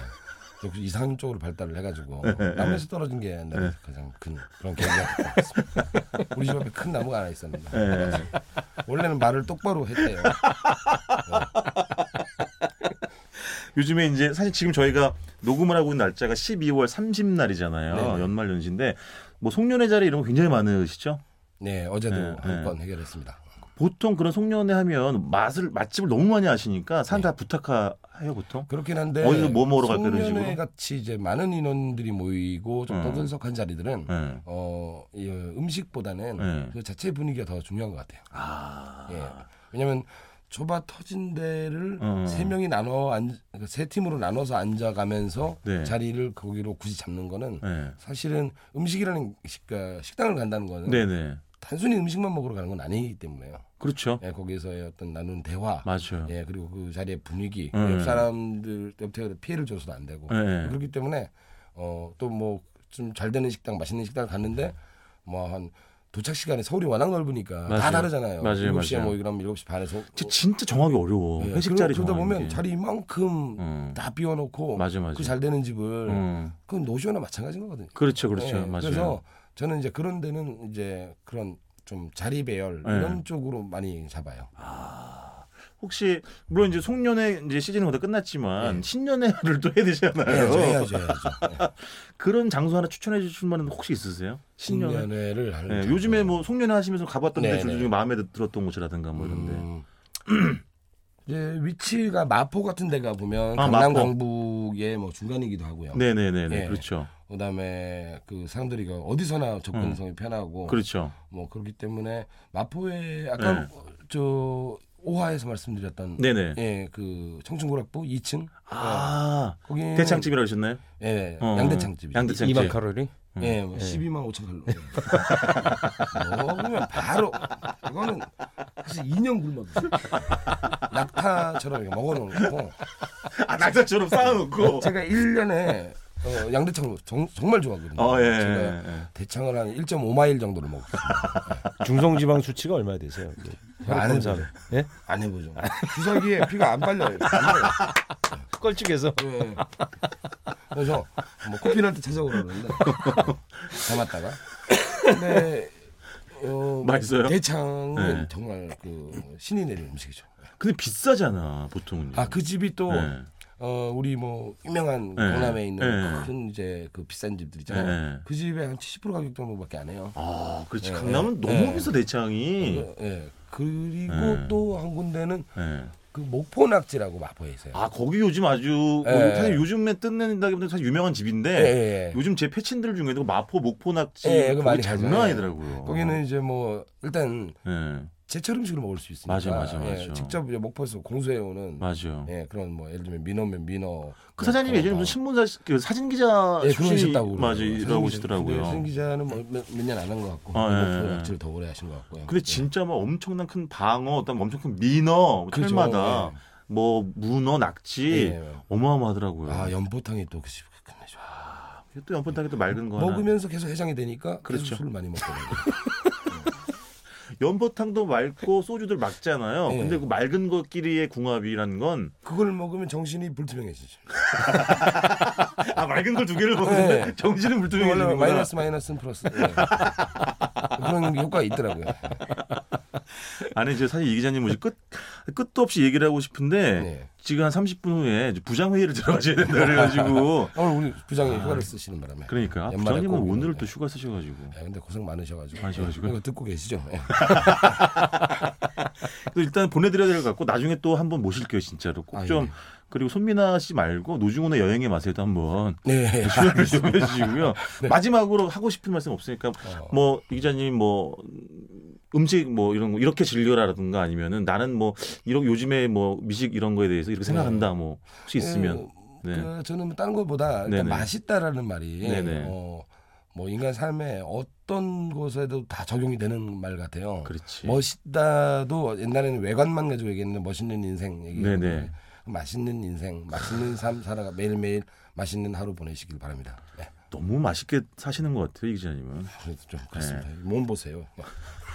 [SPEAKER 2] 좀 이상 쪽으로 발달을 해가지고 나무에서 떨어진 게 나의
[SPEAKER 1] 네.
[SPEAKER 2] 가장 큰 그런 계기가 됐던 것 같습니다. 우리 집 앞에 큰 나무가 하나 있었는데
[SPEAKER 1] 예.
[SPEAKER 2] 원래는 말을 똑바로 했대요.
[SPEAKER 1] 요즘에 이제 사실 지금 저희가 녹음을 하고 있는 날짜가 12월 30날이잖아요.
[SPEAKER 2] 네.
[SPEAKER 1] 연말 연시인데 뭐 송년회 자리 이런 거 굉장히 많으시죠?
[SPEAKER 2] 네 어제도
[SPEAKER 1] 네,
[SPEAKER 2] 한
[SPEAKER 1] 네.
[SPEAKER 2] 건 해결했습니다.
[SPEAKER 1] 보통 그런 송년회 하면 맛을 맛집을 너무 많이 아시니까 사람
[SPEAKER 2] 네.
[SPEAKER 1] 다 부탁해요 보통.
[SPEAKER 2] 그렇긴 한데
[SPEAKER 1] 어디서 뭐 먹으러 갈까 이런 식으로?
[SPEAKER 2] 송년회 같이 이제 많은 인원들이 모이고 좀
[SPEAKER 1] 음.
[SPEAKER 2] 떠들썩한 자리들은
[SPEAKER 1] 예.
[SPEAKER 2] 어, 이 음식보다는
[SPEAKER 1] 네.
[SPEAKER 2] 그 자체 분위기가 더 중요한 것 같아요.
[SPEAKER 1] 아.
[SPEAKER 2] 예. 왜냐하면 좁아 터진 데를
[SPEAKER 1] 음.
[SPEAKER 2] 세 명이 나눠 앉, 그러니까 세 팀으로 나눠서 앉아가면서
[SPEAKER 1] 네.
[SPEAKER 2] 자리를 거기로 굳이 잡는 거는
[SPEAKER 1] 예.
[SPEAKER 2] 사실은 음식이라는 식, 그러니까 식당을 간다는 거는
[SPEAKER 1] 네네.
[SPEAKER 2] 단순히 음식만 먹으러 가는 건 아니기 때문에요.
[SPEAKER 1] 그렇죠.
[SPEAKER 2] 예, 거기서의 어떤 나눈 대화,
[SPEAKER 1] 맞아요.
[SPEAKER 2] 예, 그리고 그 자리의 분위기,
[SPEAKER 1] 음.
[SPEAKER 2] 옆 사람들 옆에 피해를 줘서도 안 되고
[SPEAKER 1] 예.
[SPEAKER 2] 그렇기 때문에 어또 뭐 좀 잘 되는 식당 맛있는 식당 갔는데 뭐 한 도착 시간이 서울이 워낙 넓으니까 다
[SPEAKER 1] 맞아요.
[SPEAKER 2] 다르잖아요.
[SPEAKER 1] 맞아요,
[SPEAKER 2] 7시에 뭐
[SPEAKER 1] 맞아요.
[SPEAKER 2] 모이고 그러면 7시 반에서
[SPEAKER 1] 진- 진짜 정하기 어려워.
[SPEAKER 2] 예,
[SPEAKER 1] 회식
[SPEAKER 2] 그러-
[SPEAKER 1] 자리
[SPEAKER 2] 그러다
[SPEAKER 1] 정하는
[SPEAKER 2] 보면
[SPEAKER 1] 게.
[SPEAKER 2] 자리만큼
[SPEAKER 1] 음.
[SPEAKER 2] 다 비워놓고
[SPEAKER 1] 맞아 맞아.
[SPEAKER 2] 그 잘 되는 집을
[SPEAKER 1] 음.
[SPEAKER 2] 그건 노쇼나 마찬가지인 거거든요.
[SPEAKER 1] 그렇죠 그렇죠
[SPEAKER 2] 예,
[SPEAKER 1] 맞아요.
[SPEAKER 2] 그래서 저는 이제 그런 데는 이제 그런 좀 자리 배열
[SPEAKER 1] 예.
[SPEAKER 2] 이런 쪽으로 많이 잡아요.
[SPEAKER 1] 혹시 물론 이제 송년회 이제 시즌은 거의 다 끝났지만
[SPEAKER 2] 네.
[SPEAKER 1] 신년회를 또 해야 되잖아요.
[SPEAKER 2] 해야죠, 해야죠, 해야죠.
[SPEAKER 1] 그런 장소 하나 추천해 주실 만한 혹시 있으세요? 신년회.
[SPEAKER 2] 신년회를 하는
[SPEAKER 1] 네,
[SPEAKER 2] 정도.
[SPEAKER 1] 요즘에 뭐 송년회 하시면서 가봤던
[SPEAKER 2] 네,
[SPEAKER 1] 데둘
[SPEAKER 2] 네.
[SPEAKER 1] 중에 마음에 들었던 곳이라든가 뭐 이런데.
[SPEAKER 2] 음. 이제 위치가 마포 같은 데가 보면
[SPEAKER 1] 아,
[SPEAKER 2] 강남
[SPEAKER 1] 마포.
[SPEAKER 2] 강북의 뭐 중간이기도 하고요.
[SPEAKER 1] 네네네네
[SPEAKER 2] 예.
[SPEAKER 1] 그렇죠
[SPEAKER 2] 그다음에 그 사람들이 그 어디서나 접근성이
[SPEAKER 1] 음.
[SPEAKER 2] 편하고
[SPEAKER 1] 그렇죠
[SPEAKER 2] 뭐 그렇기 때문에 마포에 아까
[SPEAKER 1] 네.
[SPEAKER 2] 저 오화에서 말씀드렸던
[SPEAKER 1] 네네
[SPEAKER 2] 예, 그 청춘고락부 2층
[SPEAKER 1] 아
[SPEAKER 2] 거기
[SPEAKER 1] 대창집이라고 하셨나요?
[SPEAKER 2] 예,
[SPEAKER 1] 어.
[SPEAKER 2] 네. 양대창집. 이
[SPEAKER 1] 양대창집
[SPEAKER 3] 이만 칼로리?
[SPEAKER 2] 예, 뭐 12만 5천 칼로.
[SPEAKER 1] 예.
[SPEAKER 2] 먹으면 바로 그거는 사실 2년 굶어도 돼요. 낙타처럼 이렇게 먹어놓는 거고
[SPEAKER 1] 아 낙타처럼 쌓아놓고
[SPEAKER 2] 제가 1년에 어, 양대창을 정, 정말 좋아하거든요.
[SPEAKER 1] 어예
[SPEAKER 2] 제가
[SPEAKER 1] 예.
[SPEAKER 2] 대창을 한 1.5마일 정도를 먹었어요.
[SPEAKER 3] 중성지방 수치가 얼마 되세요?
[SPEAKER 2] 안
[SPEAKER 3] 혈액검사.
[SPEAKER 2] 해줘요.
[SPEAKER 3] 예?
[SPEAKER 2] 안 해보죠. 주사기에 피가 안 빨려요. 안 해요.
[SPEAKER 3] 껄쭉해서.
[SPEAKER 2] 예. 그래서 뭐 코피한테 찾아오라는데 담았다가 근데 어,
[SPEAKER 1] 맛있어요?
[SPEAKER 2] 대창은
[SPEAKER 1] 네.
[SPEAKER 2] 정말 그 신이 내린 음식이죠.
[SPEAKER 1] 근데 비싸잖아 보통은
[SPEAKER 2] 아 그 집이 또
[SPEAKER 1] 네.
[SPEAKER 2] 어, 우리 뭐 유명한
[SPEAKER 1] 네.
[SPEAKER 2] 강남에 있는
[SPEAKER 1] 네.
[SPEAKER 2] 큰 이제 그 비싼 집들 있잖아요.
[SPEAKER 1] 네.
[SPEAKER 2] 그 집에 한 70% 가격 정도밖에 안 해요.
[SPEAKER 1] 아 그렇지
[SPEAKER 2] 예,
[SPEAKER 1] 강남은
[SPEAKER 2] 예.
[SPEAKER 1] 너무
[SPEAKER 2] 예.
[SPEAKER 1] 비싸 대창이
[SPEAKER 2] 그, 예. 그리고
[SPEAKER 1] 네.
[SPEAKER 2] 또 한 군데는
[SPEAKER 1] 예.
[SPEAKER 2] 그 목포낙지라고 마포에 있어요.
[SPEAKER 1] 아 거기 요즘 아주
[SPEAKER 2] 예.
[SPEAKER 1] 뭐 사실 요즘에 뜬다기보다 사실 유명한 집인데
[SPEAKER 2] 예, 예.
[SPEAKER 1] 요즘 제 패친들 중에도 마포 목포 낙지
[SPEAKER 2] 예, 그거
[SPEAKER 1] 거기
[SPEAKER 2] 많이
[SPEAKER 1] 장난
[SPEAKER 2] 가죠.
[SPEAKER 1] 아니더라고요
[SPEAKER 2] 거기는 이제 뭐 일단
[SPEAKER 1] 예
[SPEAKER 2] 제철 음식으로 먹을 수 있으니까
[SPEAKER 1] 맞아, 맞아,
[SPEAKER 2] 예,
[SPEAKER 1] 맞아.
[SPEAKER 2] 직접 이제 목포에서 공수해 오는
[SPEAKER 1] 맞아요
[SPEAKER 2] 예, 그런 뭐 예를 들면 민어면 민어 뭐
[SPEAKER 1] 그 사장님 예전에 무슨 신문사 그 사진 기자
[SPEAKER 2] 예,
[SPEAKER 1] 출신이
[SPEAKER 2] 네, 그러셨다고
[SPEAKER 1] 맞아 일하고 오시더라고요.
[SPEAKER 2] 신 네, 기자는 뭐몇년 안 한 것 같고
[SPEAKER 1] 아, 예,
[SPEAKER 2] 목포
[SPEAKER 1] 예.
[SPEAKER 2] 낙지를 더 오래 하신 것 같고요. 그렇죠.
[SPEAKER 1] 근데 진짜 막 엄청난 큰 방어, 어떤 엄청 큰 민어, 뭐
[SPEAKER 2] 그죠,
[SPEAKER 1] 철마다
[SPEAKER 2] 예.
[SPEAKER 1] 뭐 문어, 낙지
[SPEAKER 2] 예, 예.
[SPEAKER 1] 어마어마하더라고요.
[SPEAKER 2] 아 연포탕이 또 그집 끝내줘.
[SPEAKER 1] 이게 또 연포탕에 또 맑은 거 아, 하나.
[SPEAKER 2] 먹으면서 계속 해장이 되니까 그래서
[SPEAKER 1] 그렇죠.
[SPEAKER 2] 술을 많이 먹게 되는 거예요.
[SPEAKER 1] 연포탕도
[SPEAKER 2] 네.
[SPEAKER 1] 맑고 소주들 맑잖아요.
[SPEAKER 2] 예.
[SPEAKER 1] 근데 그 맑은 것끼리의 궁합이라는 건 아
[SPEAKER 2] 그걸 먹으면 정신이 불투명해지죠.
[SPEAKER 1] 아, 맑은 걸 두 개를 먹는데
[SPEAKER 2] 예.
[SPEAKER 1] 정신은
[SPEAKER 2] 원래
[SPEAKER 1] 불투명해지는구나.
[SPEAKER 2] 마이너스 마이너스는 플러스. 예. 그런 효과가 있더라고요.
[SPEAKER 1] 아니 이제 사실 이 기자님 뭐지 끝 끝도 없이 얘기를 하고 싶은데
[SPEAKER 2] 네.
[SPEAKER 1] 지금 한 30분 후에 이제 부장 회의를 들어가셔야 된다 그래가지고
[SPEAKER 2] 오늘 우리 부장님
[SPEAKER 1] 아.
[SPEAKER 2] 휴가를 쓰시는 바람에.
[SPEAKER 1] 그러니까 아,
[SPEAKER 2] 연말에
[SPEAKER 1] 부장님은
[SPEAKER 2] 꼭
[SPEAKER 1] 오늘
[SPEAKER 2] 있는데.
[SPEAKER 1] 또 휴가 쓰셔가지고
[SPEAKER 2] 예, 근데 고생 많으셔가지고. 예,
[SPEAKER 1] 많으셔가지고요?
[SPEAKER 2] 이거 듣고 계시죠? 예.
[SPEAKER 1] 그래서 일단 보내드려야 될 것 같고 나중에 또 한번 모실게요 진짜로 꼭
[SPEAKER 2] 아,
[SPEAKER 1] 좀
[SPEAKER 2] 예.
[SPEAKER 1] 그리고 손민아 씨 말고 노중훈의 여행의 맛에도 한번
[SPEAKER 2] 네.
[SPEAKER 1] 출연을 좀 해주시고요 마지막으로 하고 싶은 말씀 없으니까
[SPEAKER 2] 어.
[SPEAKER 1] 뭐 이 기자님 뭐 음식 뭐 이런 거 이렇게 질려라든가 아니면은 나는 뭐 이런 요즘에 뭐 미식 이런 거에 대해서 이렇게 생각한다 뭐 혹시 있으면
[SPEAKER 2] 네. 그,
[SPEAKER 1] 네.
[SPEAKER 2] 저는 뭐 다른 것보다 일단
[SPEAKER 1] 네네.
[SPEAKER 2] 맛있다라는 말이
[SPEAKER 1] 네네.
[SPEAKER 2] 어, 뭐 인간 삶에 어떤 곳에도 다 적용이 되는 말 같아요.
[SPEAKER 1] 그렇지
[SPEAKER 2] 멋있다도 옛날에는 외관만 가지고 얘기했는데 멋있는 인생 얘기.
[SPEAKER 1] 네네.
[SPEAKER 2] 맛있는 인생, 맛있는 삶 살아가 매일매일 맛있는 하루 보내시길 바랍니다. 네.
[SPEAKER 1] 너무 맛있게 사시는 것 같아요 이 기자님은
[SPEAKER 2] 그래서 좀 그렇습니다.
[SPEAKER 1] 네.
[SPEAKER 2] 몸 보세요.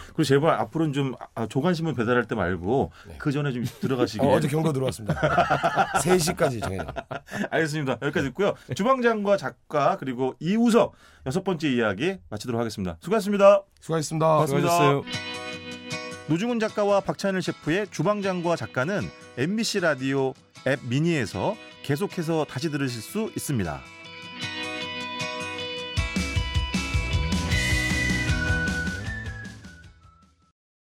[SPEAKER 1] 그리고 제발 앞으로는 좀 아, 조간신문 배달할 때 말고
[SPEAKER 2] 네.
[SPEAKER 1] 그 전에 좀 들어가시길
[SPEAKER 2] 어, 어제 경고 들어왔습니다. 3시까지 정해요.
[SPEAKER 1] 알겠습니다.
[SPEAKER 2] 네.
[SPEAKER 1] 여기까지 듣고요. 주방장과 작가 그리고 이우석 여섯 번째 이야기 마치도록 하겠습니다. 수고하셨습니다.
[SPEAKER 2] 수고하셨습니다.
[SPEAKER 1] 수고하셨어요. 노중훈 작가와 박찬일 셰프의 주방장과 작가는 MBC 라디오 앱 미니에서 계속해서 다시 들으실 수 있습니다.